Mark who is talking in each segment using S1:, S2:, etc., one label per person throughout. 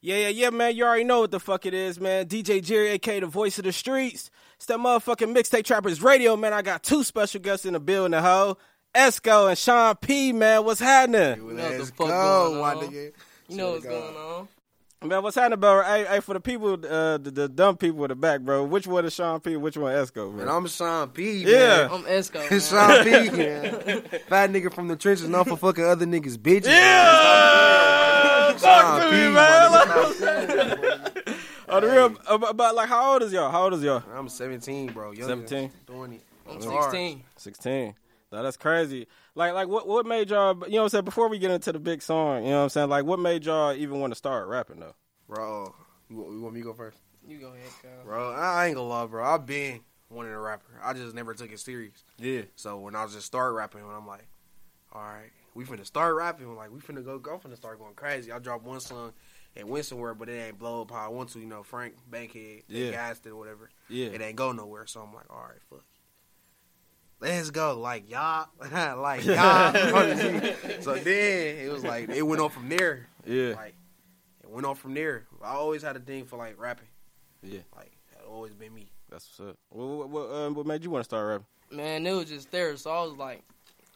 S1: Yeah, yeah, yeah, man. You already know what the fuck it is, man. DJ Jerry, aka the voice of the streets. It's that motherfucking mixtape trappers radio, man. I got two special guests in the building, hoe. Esco and Sean P, man. What's happening?
S2: You know what the
S3: Let's
S2: fuck
S3: go,
S2: going
S3: my
S2: on.
S3: nigga.
S2: You know
S3: Swear
S2: what's
S3: to
S2: going
S3: God.
S2: on.
S1: Man, what's happening, bro? Hey, hey, for the people, uh, the, the dumb people in the back, bro. Which one is Sean P? Which one Esco,
S3: And
S1: bro?
S3: I'm Sean P.
S1: Yeah.
S2: I'm Esco.
S3: Man.
S2: man.
S3: Sean P. Man. Fat nigga from the trenches, known for fucking other niggas' bitches.
S1: Yeah! Talk to me,
S3: Sean P,
S1: man.
S3: my
S1: Like, on uh, the real, about, about, like, how old is y'all? How old is y'all?
S3: I'm 17, bro. Younger.
S1: 17.
S3: Doing it.
S2: I'm
S3: Hard.
S2: 16.
S1: 16. Nah, that's crazy. Like, like what, what made y'all, you know what I'm saying, before we get into the big song, you know what I'm saying, like, what made y'all even want to start rapping, though?
S3: Bro, you want, you want me to go first?
S2: You go ahead, Kyle.
S3: Bro, I ain't gonna lie, bro. I've been wanting a rapper. I just never took it serious.
S1: Yeah.
S3: So when I was just start rapping, when I'm like, all right, we finna start rapping. I'm like, we finna go, go finna start going crazy. I dropped one song and went somewhere, but it ain't blow up how I want to. You know, Frank Bankhead,
S1: Yeah.
S3: they gassed it or whatever.
S1: Yeah.
S3: It ain't go nowhere. So I'm like, all right, fuck. Let's go, like y'all, like y'all. so then it was like it went on from there.
S1: Yeah.
S3: Like it went on from there. I always had a thing for like rapping.
S1: Yeah.
S3: Like that always been me.
S1: That's what's up. What, what, what, um, what made you want to start rapping?
S2: Man, it was just there. So I was like,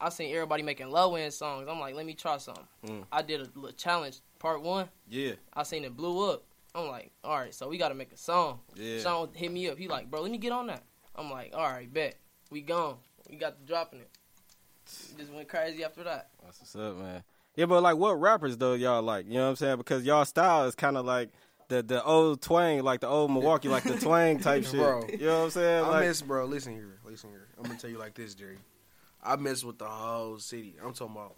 S2: I seen everybody making low end songs. I'm like, let me try something.
S1: Mm.
S2: I did a little challenge, part one.
S1: Yeah.
S2: I seen it blew up. I'm like, all right, so we got to make a song.
S1: Yeah.
S2: Sean hit me up. He like, bro, let me get on that. I'm like, all right, bet. We gone. We got to dropping it. We just went crazy after that.
S1: That's what's up, man. Yeah, but like, what rappers though y'all like? You know what I'm saying? Because y'all style is kind of like the the old twang, like the old Milwaukee, like the twang type shit.
S3: Bro.
S1: You know what I'm saying?
S3: I
S1: Like,
S3: miss, bro. Listen here, listen here. I'm gonna tell you like this, Jerry. I mess with the whole city. I'm talking about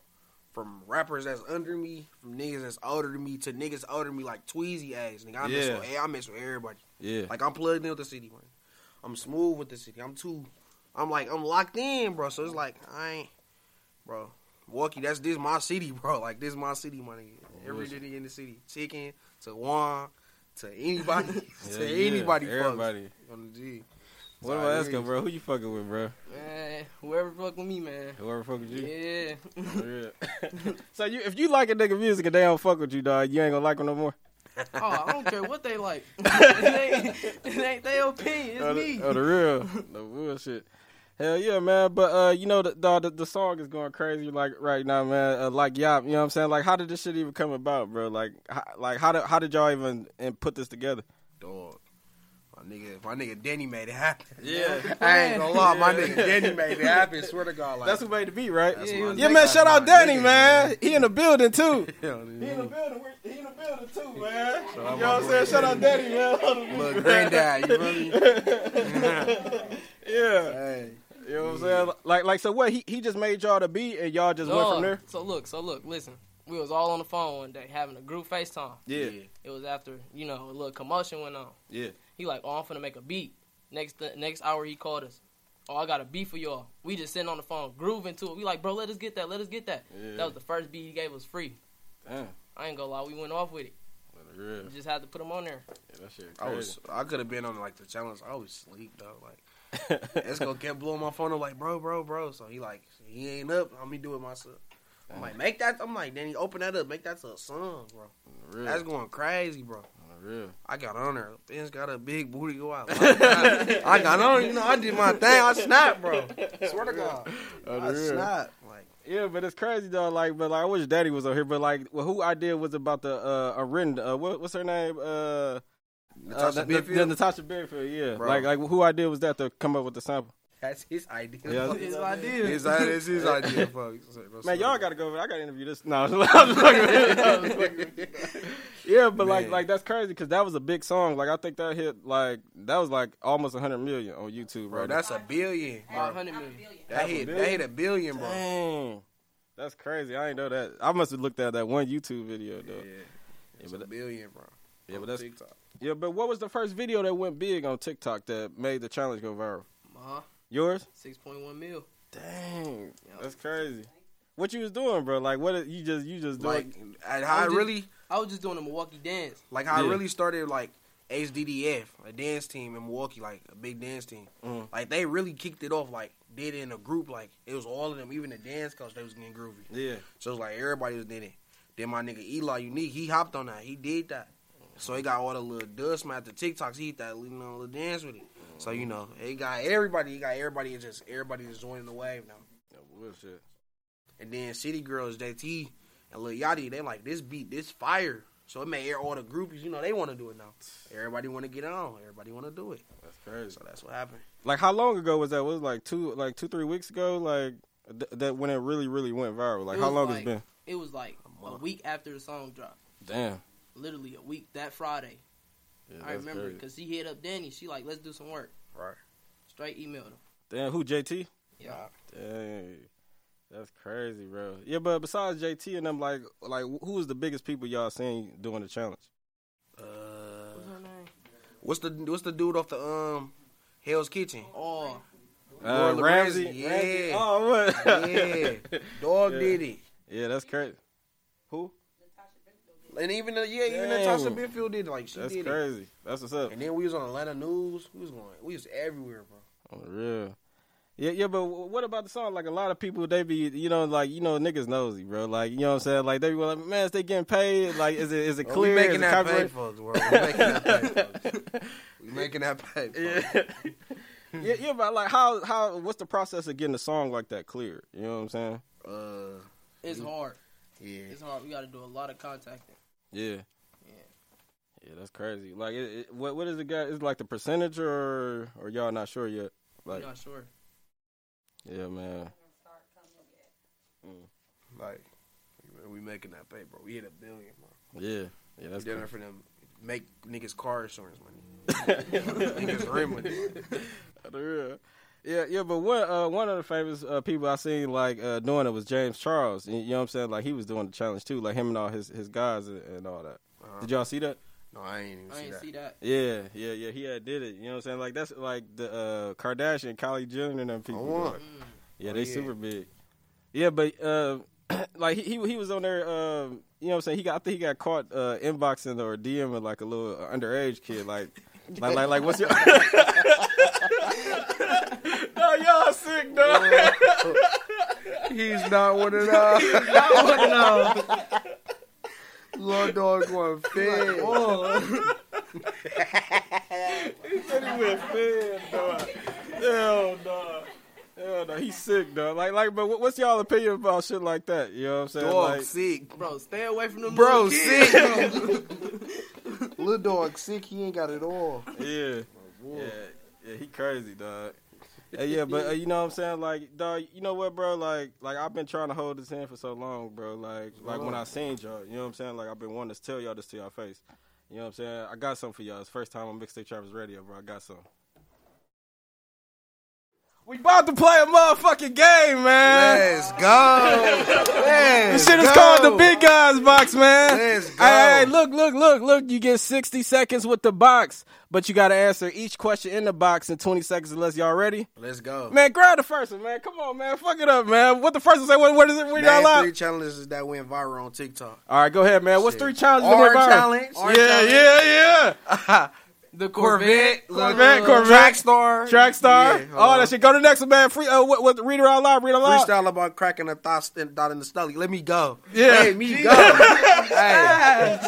S3: from rappers that's under me, from niggas that's older than me, to niggas older than me like Tweezy ass. Nigga, I mess
S1: Yeah.
S3: with, I mess with everybody.
S1: yeah,
S3: Like I'm plugged in with the city, man. I'm smooth with the city. I'm too. I'm like I'm locked in, bro. So it's like I ain't, bro. Milwaukee, that's this my city, bro. Like this my city, my nigga. Every
S1: listen.
S3: nigga in the city, chicken to Juan to anybody
S1: Yeah,
S3: to
S1: yeah,
S3: anybody, fucks.
S1: everybody.
S3: on the G.
S1: What am I asking, bro? Who you fucking with, bro?
S2: Man, whoever fuck with me, man.
S1: Whoever fuck with you.
S2: Yeah.
S1: For real. so you, if you like a nigga music and they don't fuck with you, dog, you ain't gonna like them no more.
S2: Oh, I don't care what they like. it, ain't, it ain't their opinion. It's
S1: Oh,
S2: me.
S1: the, oh, the real, the bullshit. Hell yeah, man. But uh, you know, the, dawg, the the song is going crazy like right now, man. Uh, like y'all, you know what I'm saying? Like, how did this shit even come about, bro? Like, how, like how did how did y'all even and put this together?
S3: Dog. My nigga, my nigga Denny made it happen.
S1: Yeah.
S3: I ain't gonna lie, my
S1: Yeah.
S3: nigga Denny made it happen. Swear to God, like
S1: That's who made the beat, right?
S3: That's
S1: Yeah,
S3: my
S1: yeah,
S3: nigga.
S1: man. Shout out
S3: That's my
S1: Danny,
S3: nigga,
S1: man. He in the building too.
S3: Hell, nigga.
S1: building. He in the building too, man. You know
S3: out my boy.
S1: Shout out Danny, man.
S3: Look, granddad, you feel me?
S1: yeah.
S3: Hey.
S1: You know what I'm saying? Like, like, so what? He he just made y'all the beat, and y'all just went from
S2: Dog.
S1: there.
S2: So look, so look, listen. We was all on the phone one day having a group FaceTime. It was after, you know, a little commotion went on.
S1: yeah.
S2: He like, oh, I'm finna make a beat. Next the next hour he called us. Oh, I got a beat for y'all. We just sitting on the phone, grooving to it. We like, bro, let us get that, let us get that.
S1: Yeah.
S2: That was the first beat he gave us free.
S1: Damn.
S2: I ain't gonna lie, we went off with it.
S1: Real.
S2: We just had to put him on there.
S1: that shit
S3: I was I could have been on like the challenge. I was asleep though. Like Esco kept blowing my phone up like bro, bro, bro. So he like he ain't up. I'm me do it myself. I'm like make that. I'm like Danny, open that up. Make that to a song, bro.
S1: real.
S3: That's going crazy, bro.
S1: real.
S3: I got on there. Ben's got a big booty. Go out. I got on. You know, I did my thing. I snapped, bro. Swear to God,
S1: Oh,
S3: I snapped. Like,
S1: Yeah, but it's crazy though. Like, but like, I wish Daddy was on here. But like, well, who I did was about the uh, a written, uh, what, what's her name? Uh, uh,
S3: Natasha
S1: Na-
S3: Bedfield?
S1: Na- Natasha Bedfield. Yeah.
S3: Bro.
S1: Like, like, who I did was that to come up with the sample.
S3: that's his idea.
S1: Yeah.
S3: fuck.
S1: His
S2: idea.
S3: His, i- it's his idea. Fuck.
S1: Man, y'all gotta go. over there. I gotta interview this. No, I was fucking with you. I was fucking with you. Yeah, but like,
S3: Man.
S1: like that's crazy because that was a big song. Like, I think that hit like that was like almost 100 million on YouTube,
S3: bro. That's a billion.
S2: Five hundred million.
S3: That
S1: a
S3: hit. That
S1: billion?
S3: hit a billion, bro.
S1: Dang. That's crazy. I ain't know that. I must have looked at that one YouTube video
S3: Yeah,
S1: though.
S3: it's
S1: but
S3: a
S1: that-
S3: billion, bro.
S1: Yeah,
S3: On
S1: but that's
S3: TikTok.
S1: yeah. But what was the first video that went big on TikTok that made the challenge go viral? Yours?
S2: Six point one mil.
S1: Dang,
S2: Yeah.
S1: that's crazy. What you was doing, bro? Like, what you just you just doing?
S3: like and how I
S2: I'm just-
S3: really
S2: I was just doing a Milwaukee dance.
S3: like how
S1: Yeah.
S3: I really started like HDDF, a dance team in Milwaukee, like a big dance team.
S1: Mhm.
S3: Like they really kicked it off, like did it in a group, like it was all of them, even the dance coach, they was getting groovy.
S1: yeah,
S3: So it was like everybody was doing it. Then my nigga Eli Unique, he hopped on that, he did that. So he got all the little dust from after TikToks. He that you know little dance with it. So
S1: Mm-hmm.
S3: you know he got everybody. He got everybody. It's just everybody is joining the wave now.
S1: That bullshit.
S3: And then City Girls, JT and Lil Yachty, they like this beat, this fire. So it made air all the groupies, you know, they want to do it now. Everybody want to get on. Everybody want to do it.
S1: That's crazy.
S3: So that's what happened.
S1: Like how long ago was that? Was it like two, like two, three weeks ago? Like th- that when it really, really went viral. Like
S2: It
S1: how
S2: was
S1: long
S2: like-
S1: it's been?
S2: It was like
S3: A
S2: a
S3: month.
S2: week after the song dropped.
S1: Damn.
S2: Literally a week that Friday.
S1: Yeah,
S2: I
S1: that's
S2: remember
S1: crazy.
S2: because she hit up Danny. She like, let's do some work.
S3: Right.
S2: Straight emailed him.
S1: Damn. Who? JT.
S2: Yeah.
S1: Dang. That's crazy, bro. Yeah, but besides JT and them, like, like who was the biggest people y'all seen doing the challenge?
S2: What's
S3: Uh,
S2: her name?
S3: what's the what's the dude off the um Hell's Kitchen?
S2: Oh,
S1: Uh,
S3: Gordon
S1: Ramsey.
S3: Ramsay,
S1: Ramsey.
S3: yeah.
S1: Oh, what?
S3: Yeah, dog
S1: Yeah.
S3: did it.
S1: yeah, that's crazy. Who?
S3: And even the, yeah, even
S1: Damn.
S3: Natasha Benfield did it. Like she
S1: That's
S3: did
S1: crazy. That's what's up.
S3: it. And then we was on Atlanta news. We was going. We was everywhere, bro.
S1: On the real. Yeah, yeah, but wh- what about the song? Like a lot of people, they be, you know, like you know, niggas nosy, bro. Like you know what I'm saying? Like they be like, man, is they getting paid? Like is it is it
S3: Bro,
S1: clear?
S3: we
S1: Is it
S3: making that pay,
S1: copyright?
S3: folks. Bro. We making that pay, folks. We making that pay. Folks.
S1: yeah, yeah, yeah, but like how how what's the process of getting a song like that clear? You know what I'm saying?
S3: Uh,
S2: it's hard.
S3: yeah.
S2: It's hard. We got to do a lot of contacting.
S1: Yeah. Yeah, that's crazy. Like, it, it, what what is it got? Is it like the percentage or or y'all not sure yet? Like,
S2: We're not sure.
S1: yeah, man.
S3: Like we making that pay, bro. We hit a billion, bro.
S1: Yeah, yeah, that's
S3: Dinner
S1: crazy.
S3: for them. Make niggas car insurance money. niggas rent money.
S1: For real. Yeah, yeah, but one uh, one of the famous uh, people I seen like uh, doing it was James Charles. You know what I'm saying? Like he was doing the challenge too, like him and all his his guys and, and all that.
S3: Uh-huh.
S1: Did y'all see that?
S3: No, I ain't even
S2: I
S3: see
S2: ain't
S3: that.
S2: see that.
S1: Yeah, yeah, yeah. He had did it. You know what I'm saying? Like that's like the uh, Kardashian, Kylie Jenner, and them people.
S3: won.
S1: bro. Yeah,
S3: Oh,
S1: they
S3: yeah.
S1: super big. Yeah, but uh, like he, he he was on there. Um, you know what I'm saying? He got I think he got caught uh, inboxing or DMing like a little underage kid. Like like like, like what's your? oh y'all sick dog.
S3: He's not one of those. He's not one of those. Lord dog going fed.
S1: he said he went fed dog. Hell dog. Hell no, he's sick dog. Like like, but what- what's y'all opinion about shit like that? You know what I'm saying?
S3: dog
S1: like,
S3: sick.
S2: Bro, stay away from them.
S3: Bro,
S2: little kids.
S3: sick. Bro. Little dog sick. He ain't got it all.
S1: yeah. Yeah, yeah, he crazy, dog. Hey, yeah, but uh, you know what I'm saying, like, dog. You know what, bro? Like, like I've been trying to hold this in for so long, bro. Like, like when I seen y'all, you know what I'm saying. Like, I've been wanting to tell y'all this to y'all face. You know what I'm saying? I got something for y'all. It's the first time on Mixtape Travis Radio, bro. I got something. We about to play a motherfucking game, man.
S3: Let's go. Let's
S1: This shit is
S3: go.
S1: called the Big Guys Box, man.
S3: Let's
S1: Hey,
S3: go.
S1: Hey, hey, look, look, look, look. You get 60 seconds with the box, but you got to answer each question in the box in 20 seconds unless y'all ready.
S3: Let's go.
S1: Man, grab the first one, man. Come on, man. Fuck it up, man. What the first one say? What, what is it? What y'all
S3: Name three
S1: like?
S3: challenges that went viral on TikTok.
S1: All right, go ahead, man. What's
S3: Shit.
S1: three challenges? that went
S3: Our
S1: viral?
S3: challenge. Our
S1: Yeah,
S3: challenge.
S1: yeah, yeah.
S2: The
S3: Corvette,
S2: Corvette.
S1: Corvette,
S2: uh,
S1: Corvette.
S3: Track star.
S1: Track star.
S3: Yeah, hold
S1: oh,
S3: on.
S1: that shit. Go to the next one, man. Free, uh, what, what, read it out loud. Read it out loud.
S3: Freestyle about cracking a thought, st- thought in the stomach. Let me go.
S1: Yeah.
S3: Let me go. hey.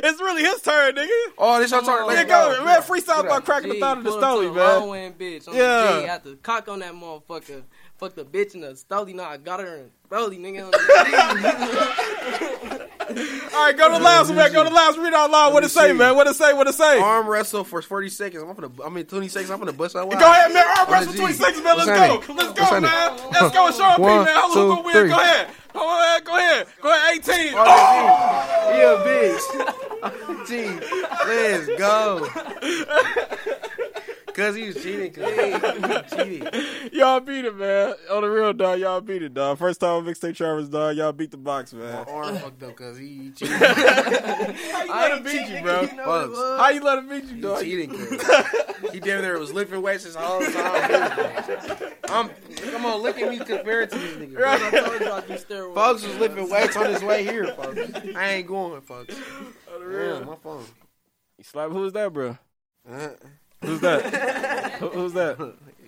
S1: It's really his turn, nigga.
S3: Oh, this your turn.
S1: Yeah,
S3: Let's
S1: go,
S3: go.
S1: man. Freestyle
S3: Get
S1: about
S3: out.
S1: cracking the
S2: Gee,
S1: thought of the
S2: pull up to
S1: story,
S2: wrong
S1: man.
S2: end, bitch. On
S1: Yeah.
S2: The G, I had to cock on that motherfucker. Fuck the bitch in the stoley. Nah, I got her in Broly, nigga. On the
S1: All right, go to the last one, man. Go to the last one. Read it out loud. What it say,
S3: see.
S1: man? What it say? What it say?
S3: Arm wrestle for 40 seconds. I'm gonna, I mean, 20 seconds. I'm gonna bust out wide.
S1: Go ahead, man. Arm
S3: the
S1: wrestle
S3: G.
S1: 26, man. Let's
S3: What's
S1: go.
S3: happening?
S1: Let's
S3: What's
S1: go,
S3: happening?
S1: man. Let's go, Sean P,
S3: One,
S1: man. Who's
S3: two,
S1: gonna win?
S3: three.
S1: Go ahead. Go ahead. Go ahead. Go ahead. 18.
S3: Oh, this G. He a bitch. G. Let's go. Cause he was cheating. Cause he, he cheated.
S1: Y'all beat it, man. On the real, dog. Y'all beat it, dog. First time on Mixtape Travis, dog. Y'all beat the box,
S3: My
S1: man.
S3: arm fucked up cause he cheated.
S1: I done beat you, bro.
S3: Bugs.
S1: How you let him beat you, dog?
S3: cheating. Cause he damn near was lifting weights his whole time. I'm, come on, look at me compared to this nigga. bro.
S2: I told you I do steroids.
S3: Folks was lifting weights on his way here, folks. I ain't going, folks. Yeah, my phone.
S1: Slap, who's that, bro?
S3: Uh,
S1: Who's that? Who- who's that?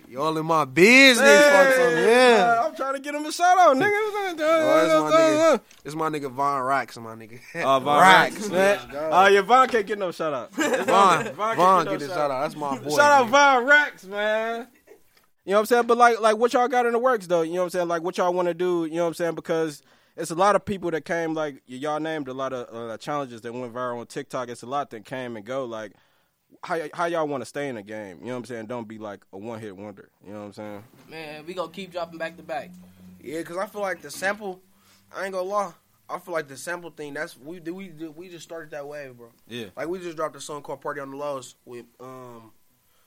S3: Y'all in my business. fuck some, yeah.
S1: I'm trying to get him a shout out, nigga.
S3: Oh, that's my nigga. It's my nigga Von Rocks, my nigga.
S1: Oh, Von Rocks, man. Oh, yeah, Von can't get no shout out.
S3: Von,
S1: Von
S3: Von,
S1: can't get no
S3: get his
S1: shout
S3: shout out. That's my boy.
S1: Shout out
S3: nigga.
S1: Von Rex, man. You know what I'm saying? But like like what y'all got in the works though, you know what I'm saying? Like what y'all want to do, you know what I'm saying? Because it's a lot of people that came like y- y'all named a lot of uh, challenges that went viral on TikTok. It's a lot that came and go like how, y- how y'all want to stay in the game? You know what I'm saying? Don't be like a one hit wonder. You know what I'm saying?
S2: Man, we gonna keep dropping back to back.
S3: Yeah, because I feel like the sample, I ain't gonna lie. I feel like the sample thing, that's, we do, we do, we just started that wave, bro.
S1: Yeah.
S3: Like, we just dropped a song called Party on the Lows with, um,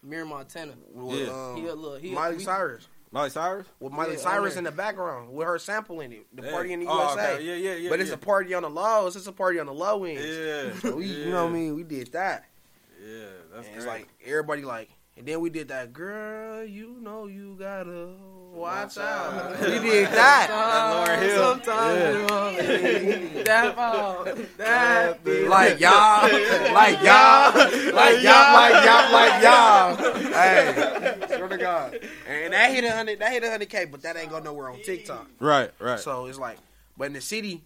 S2: Mir Montana.
S3: with,
S1: Yeah.
S3: um,
S2: He a little- he a-
S3: Miley
S2: we-
S3: Cyrus.
S1: Miley Cyrus?
S3: With Miley
S2: Yeah,
S3: Cyrus
S2: okay.
S3: in the background, with her sample in it. The
S1: Yeah.
S3: party in the
S1: Oh,
S3: USA.
S1: okay. Yeah, yeah, yeah,
S3: But it's
S1: yeah.
S3: a party on the lows. It's a party on the low end. So we, You know what I mean? We did that.
S1: Yeah, that's
S3: And it's like everybody like, and then we did that. Girl, you know you gotta watch out. we did that.
S1: That Lauryn Hill.
S2: Sometimes yeah. that out, that be
S3: Like y'all, like y'all, like y'all, like y'all, like y'all. Hey, swear to God. And that hit a hundred, that hit a hundred k, but that ain't go nowhere on TikTok.
S1: Right, right.
S3: So it's like, but in the city,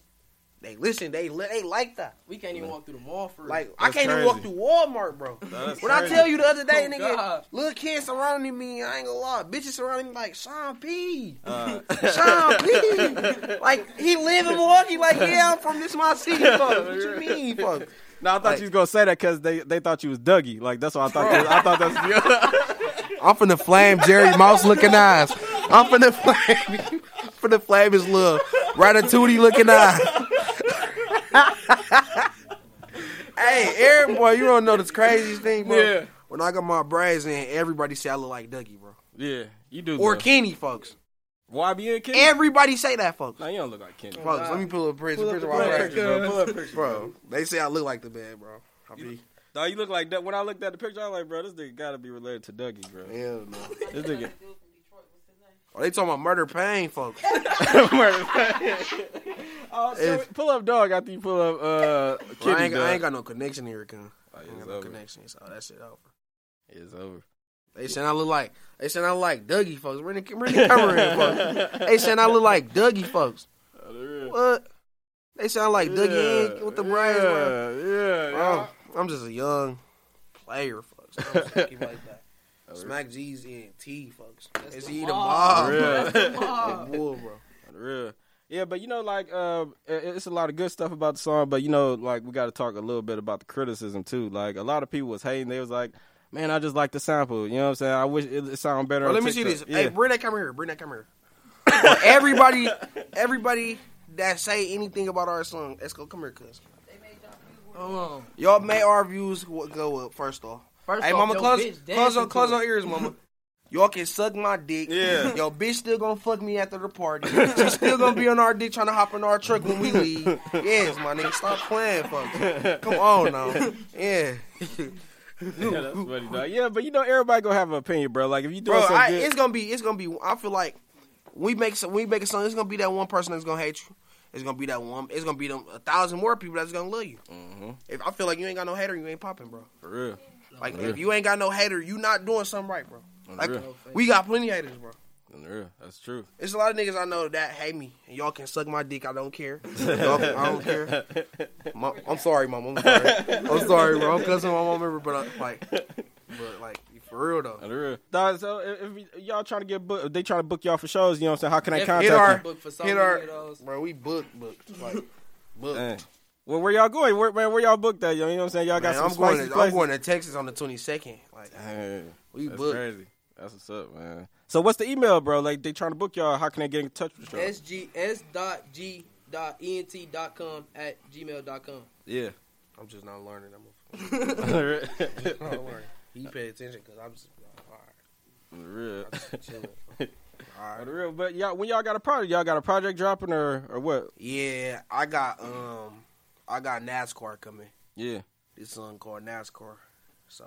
S3: they listen, they li- they like that.
S2: We can't even walk through the mall for real.
S3: Like I
S1: That's
S3: can't even walk
S1: crazy.
S3: through Walmart, bro.
S1: That's
S3: When I
S1: crazy.
S3: tell you the other day,
S2: Oh,
S3: nigga,
S2: God.
S3: little kids surrounding me, I ain't gonna lie, bitches surrounding me like Sean P.
S1: Uh,
S3: Sean P. like he live in Milwaukee. Like yeah, I'm from this my city. Fuck. What you mean? Fuck.
S1: no, I thought
S3: like-
S1: you was gonna say that because they, they thought you was Dougie. Like that's what I thought. I thought that's
S3: I'm from the flame, Jerry Mouse looking eyes. I'm from the flame. from the flame is little ratatouille looking eyes. hey, Aaron, boy, you don't know this craziest thing, bro.
S1: Yeah.
S3: When I got my braids in, everybody say I look like Dougie, bro.
S1: yeah. You do
S3: Or
S1: though.
S3: Kenny, folks.
S1: YBN Kenny.
S3: Everybody say that, folks.
S1: No, you don't look like Kenny.
S3: Folks, let me pull up a picture. picture of
S1: Pull up
S3: my braids.
S1: picture, bro. Pull up picture.
S3: Bro, they say I look like the man, bro. I be,
S1: No, you look like that. When I looked at the picture, I was like, bro, this nigga gotta be related to Dougie, bro.
S3: hell no.
S1: This nigga.
S3: Oh, they talking about murder pain, folks.
S1: Oh, so
S3: If-
S1: pull up dog after you pull up uh
S3: Bro, I,
S1: Kenny.
S3: ain't, I ain't
S1: dog.
S3: got no connection here, Gun. I
S1: Oh,
S3: ain't
S1: it's
S3: got no
S1: over.
S3: connection, so that shit over.
S1: It's over.
S3: They said I look like they said I look like Dougie, folks. Where the, where the camera in, folks? They said I look like Dougie, folks.
S1: Oh, the real.
S3: What? They sound like Dougie Inc. with the brains, bro.
S1: Yeah, yeah.
S3: Bro, I'm just a young player, folks. I'm just thinking like that. Smack G's in T, folks. It's E
S2: the
S3: he the
S2: mob.
S3: mob,
S1: Yeah.
S3: bro.
S2: That's the mall.
S3: The bull, bro.
S1: Oh, the real. Yeah, but you know, like, uh, it- it's a lot of good stuff about the song, but you know, like, we got to talk a little bit about the criticism too. Like, a lot of people was hating. They was like, "Man, I just like the sample." You know what I'm saying? I wish it, it sounded better.
S3: Bro,
S1: on
S3: let me see this.
S1: TikTok.
S3: Hey,
S1: Yeah.
S3: bring that camera here. Bring that camera here. Bro, everybody, everybody that say anything about our song, let's go. Come here, cuz.
S2: Hold on.
S3: Y'all made our views wa- go up. First off,
S2: First
S3: hey,
S2: off,
S3: mama,
S2: your
S3: close,
S2: bitch
S3: close,
S2: dancing
S3: on, close
S2: to
S3: on
S2: it.
S3: ears, mama. Y'all can suck my dick.
S1: Yeah.
S3: Yo, bitch still gonna fuck me after the party. She's still gonna be on our dick trying to hop in our truck when we leave. Yes, my nigga, stop playing, fuck. Come on now. Yeah.
S1: yeah, that's funny, dog. Yeah, but you know, everybody gonna have an opinion, bro. Like, if you doing
S3: Bro,
S1: something
S3: I,
S1: good,
S3: it's gonna be, it's gonna be. I feel like we make some, we make a song. It's gonna be that one person that's gonna hate you. It's gonna be that one. It's gonna be them a thousand more people that's gonna love you.
S2: Mm-hmm.
S3: If I feel like you ain't got no hater, you ain't popping, bro.
S1: for real.
S3: Like if you ain't got no hater, you not doing something right, bro. Like
S1: Unreal.
S3: we got plenty of haters, bro.
S1: Unreal. That's true.
S3: It's a lot of niggas I know that hate me, and y'all can suck my dick. I don't care. Y'all can- I don't care. My, I'm sorry, mom. I'm sorry. I'm sorry, bro. I'm cussing my mom, remember, but I, like, but like for real though.
S1: Unreal. Dog, so if, if y- y'all trying to get book, if they trying to book y'all for shows, you know what I'm saying? How can they
S2: Hit
S1: contact
S3: Hit our,
S2: Booked for so
S3: hit
S2: many
S3: our,
S2: of those.
S3: bro. We booked, booked, like
S1: you?
S3: booked.
S1: Dang. Well, where y'all going? Where, man, where y'all booked at? Yo? You know what I'm saying? Y'all got
S3: Man,
S1: some
S3: I'm
S1: spicy
S3: going. To, I'm
S1: places.
S3: going to Texas on the 22nd. Like
S1: Dang.
S3: we
S1: That's
S3: booked.
S1: crazy. That's what's up, man. So what's the email, bro? Like they trying to book y'all. How can they get in touch with y'all?
S2: SGS dot G dot ENT dot com at gmail dot com.
S1: yeah.
S3: I'm just not learning. I'm
S1: For
S3: not learning. He pay attention because I'm just. uh, All right.
S1: real.
S3: All
S1: For
S3: right.
S1: real. But y'all, when y'all got a project, y'all got a project dropping or or what?
S3: Yeah, I got um, I got NASCAR coming.
S1: Yeah.
S3: This song called NASCAR, so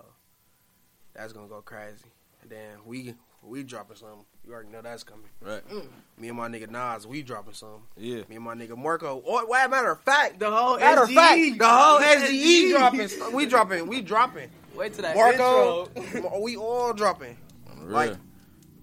S3: that's gonna go crazy. And then we we dropping something. You already know that's coming.
S1: Right.
S3: Me and my nigga Nas, we dropping something.
S1: Yeah.
S3: Me and my nigga Marco. Or, well, matter of fact,
S2: The whole E.
S3: matter of fact, the whole
S2: SGE.
S3: SGE dropping. st- We dropping. We dropping.
S2: Wait till E. that
S3: Marco,
S2: intro.
S3: we all dropping.
S1: For real.
S3: Like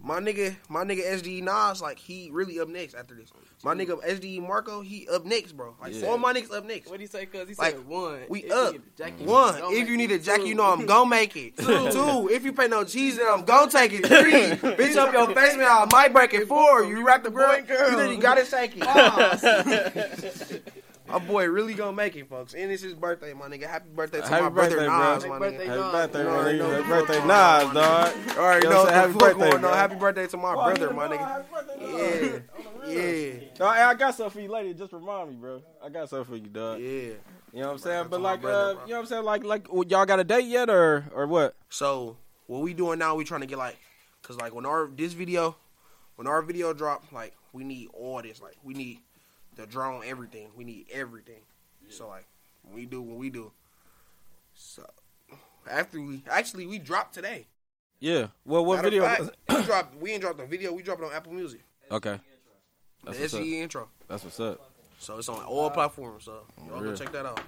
S3: My nigga, my nigga SD Nas, like he really up next after this. My nigga SD Marco, he up next, bro. Like
S1: Yeah.
S3: all my niggas up next.
S2: What do you say? Cause he
S3: Like,
S2: said one.
S3: we
S2: If
S3: up.
S2: you need a jacket,
S3: One,
S2: don't
S3: if
S2: make
S3: you need
S2: it
S3: a jacket, you
S2: two.
S3: know I'm gonna make it. Two, if you pay no cheese, then I'm gonna take it. Three, bitch up your face, man, I might break it. Four, you rock the boy, you then you gotta shake it. My boy really gonna make it, folks. And it's his birthday, my nigga. Happy birthday to
S1: Happy
S3: my brother
S1: birthday, bro.
S3: Nas, my
S2: Happy birthday.
S3: nigga.
S1: Happy
S2: Nas.
S1: birthday,
S3: You
S1: my
S3: already
S1: nigga.
S3: know.
S1: Happy birthday, Nas, dog.
S3: You already
S1: Yo,
S3: know
S1: say
S3: what
S1: happy
S3: the fuck
S1: birthday,
S3: going
S1: bro.
S3: on. Happy birthday to my brother, my nigga. Yeah, yeah,
S1: Dog, hey, I got something for you later. Just remind me, bro. I got something for you, dog.
S3: yeah.
S1: You know what I'm saying?
S3: That's
S1: But
S3: my
S1: like,
S3: brother,
S1: uh,
S3: bro.
S1: you know what I'm saying? Like, like well, y'all got a date yet, or or what?
S3: So what we doing now? We trying to get like, cause like when our this video, when our video drop, like we need all this. Like we need the drone, everything. We need everything. So like when we do what we do. So after we actually we dropped today.
S1: Yeah. Well, what
S3: Matter of
S1: video?
S3: fact, we dropped. We ain't dropped the video. We dropped it on Apple Music.
S1: okay.
S3: The
S1: That's what's up.
S3: SGE intro.
S1: That's what's up.
S3: So it's on all platforms. So y'all go
S1: Real.
S3: check that out.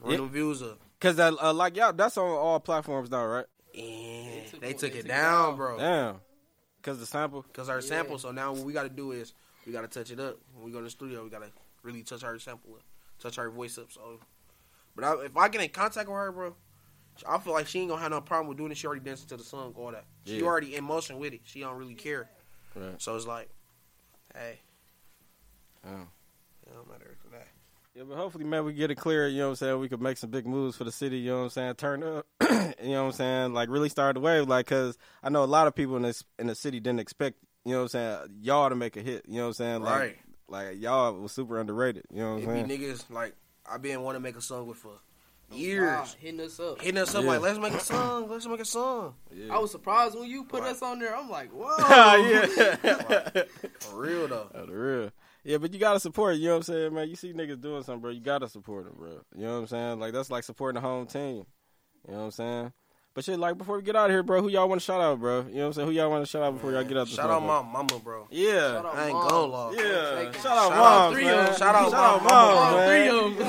S3: Random views up.
S1: Cause that, uh, like, y'all, that's on all platforms now, right?
S3: And they took
S2: took- they
S3: it
S2: took it
S3: down,
S2: down.
S3: bro.
S1: Damn. Cause the sample.
S3: Cause our sample. So now what we gotta do is we gotta touch it up. When we go to the studio, we gotta really touch our sample up, touch her voice up. So, but I, if I get in contact with her, bro, I feel like she ain't gonna have no problem with doing it. She already dancing to the song, all that. She
S1: Yeah.
S3: already in motion with it. She don't really care.
S1: Right.
S3: So it's like, hey,
S1: Yeah.
S3: it don't matter for that.
S1: Yeah, but hopefully, man, we get it clear. You know what I'm saying? We could make some big moves for the city. You know what I'm saying? Turn up. you know what I'm saying? Like really start the wave. Like, cause I know a lot of people in this in the city didn't expect. You know what I'm saying? Y'all to make a hit. You know what I'm saying? Like,
S3: Right.
S1: Like y'all was super underrated. You know what
S3: It
S1: I'm saying?
S3: be niggas like I been want to make a song with for
S2: Wow,
S3: years.
S2: hitting us up.
S3: Hitting us up
S1: Yeah.
S3: like, let's make a song, let's make a song.
S2: I was surprised when you put
S3: Right.
S2: us on there. I'm like,
S1: Ah,
S2: whoa.
S1: yeah.
S3: For real though.
S1: Oh, the real. Yeah, but you gotta support. it, You know what I'm saying, man. You see niggas doing something, bro. You gotta support them, bro. You know what I'm saying? Like that's like supporting the home team. You know what I'm saying? But shit, like before we get out of here, bro, who y'all want to shout out, bro? You know what I'm saying? Who y'all want to shout out before y'all get out? This
S3: Shout out
S1: motherfucker?
S3: my mama, bro.
S1: Yeah.
S2: Shout out
S3: I ain't
S2: Mom.
S3: gonna lie.
S1: Yeah,
S2: Shout
S1: shout out
S3: out
S1: moms,
S3: three
S1: man.
S3: of 'em. Shout out
S1: shout out
S3: my
S1: moms,
S3: mama.
S2: All three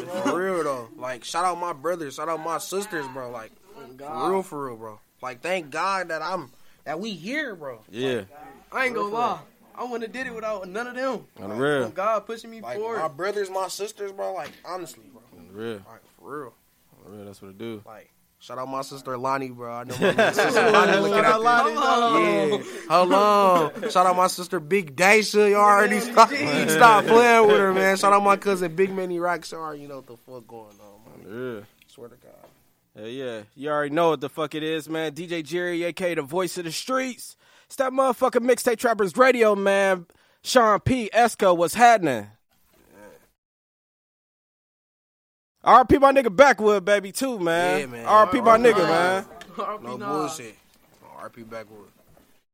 S1: man.
S2: of them.
S3: For real though. Like shout out my brothers, shout out my sisters, bro. Like for real, for real, bro. Like thank God that I'm that we here, bro.
S1: Yeah,
S2: I ain't gonna lie. I wouldn't have did it without none of them.
S1: on the real,
S2: From God pushing me
S3: Like
S2: forward.
S3: my brothers, my sisters, bro. Like honestly, bro.
S1: on the real,
S3: Like for real.
S1: on the real. That's what it do.
S3: Like shout out my sister Lonnie, bro. I know my little sister Lonnie looking out there. Yeah, hello. Shout out my sister Big Daisha. Y'all already stop, stop playing with her, man. Shout out my cousin Big Manny Rock. Y'all already know what the fuck going on, man.
S1: On the real.
S3: Swear to God.
S1: Hell yeah. You already know what the fuck it is, man. DJ Jerry, aka the voice of the streets. It's that motherfucking mixtape trappers radio, man. Sean P. Esco, what's happening? RP my nigga Backwood, baby, too, man.
S3: Yeah, man.
S1: RP my
S3: R.I.P.
S1: nigga, man.
S2: RP
S3: No Oh,
S2: Nas.
S3: bullshit. RP Backwood.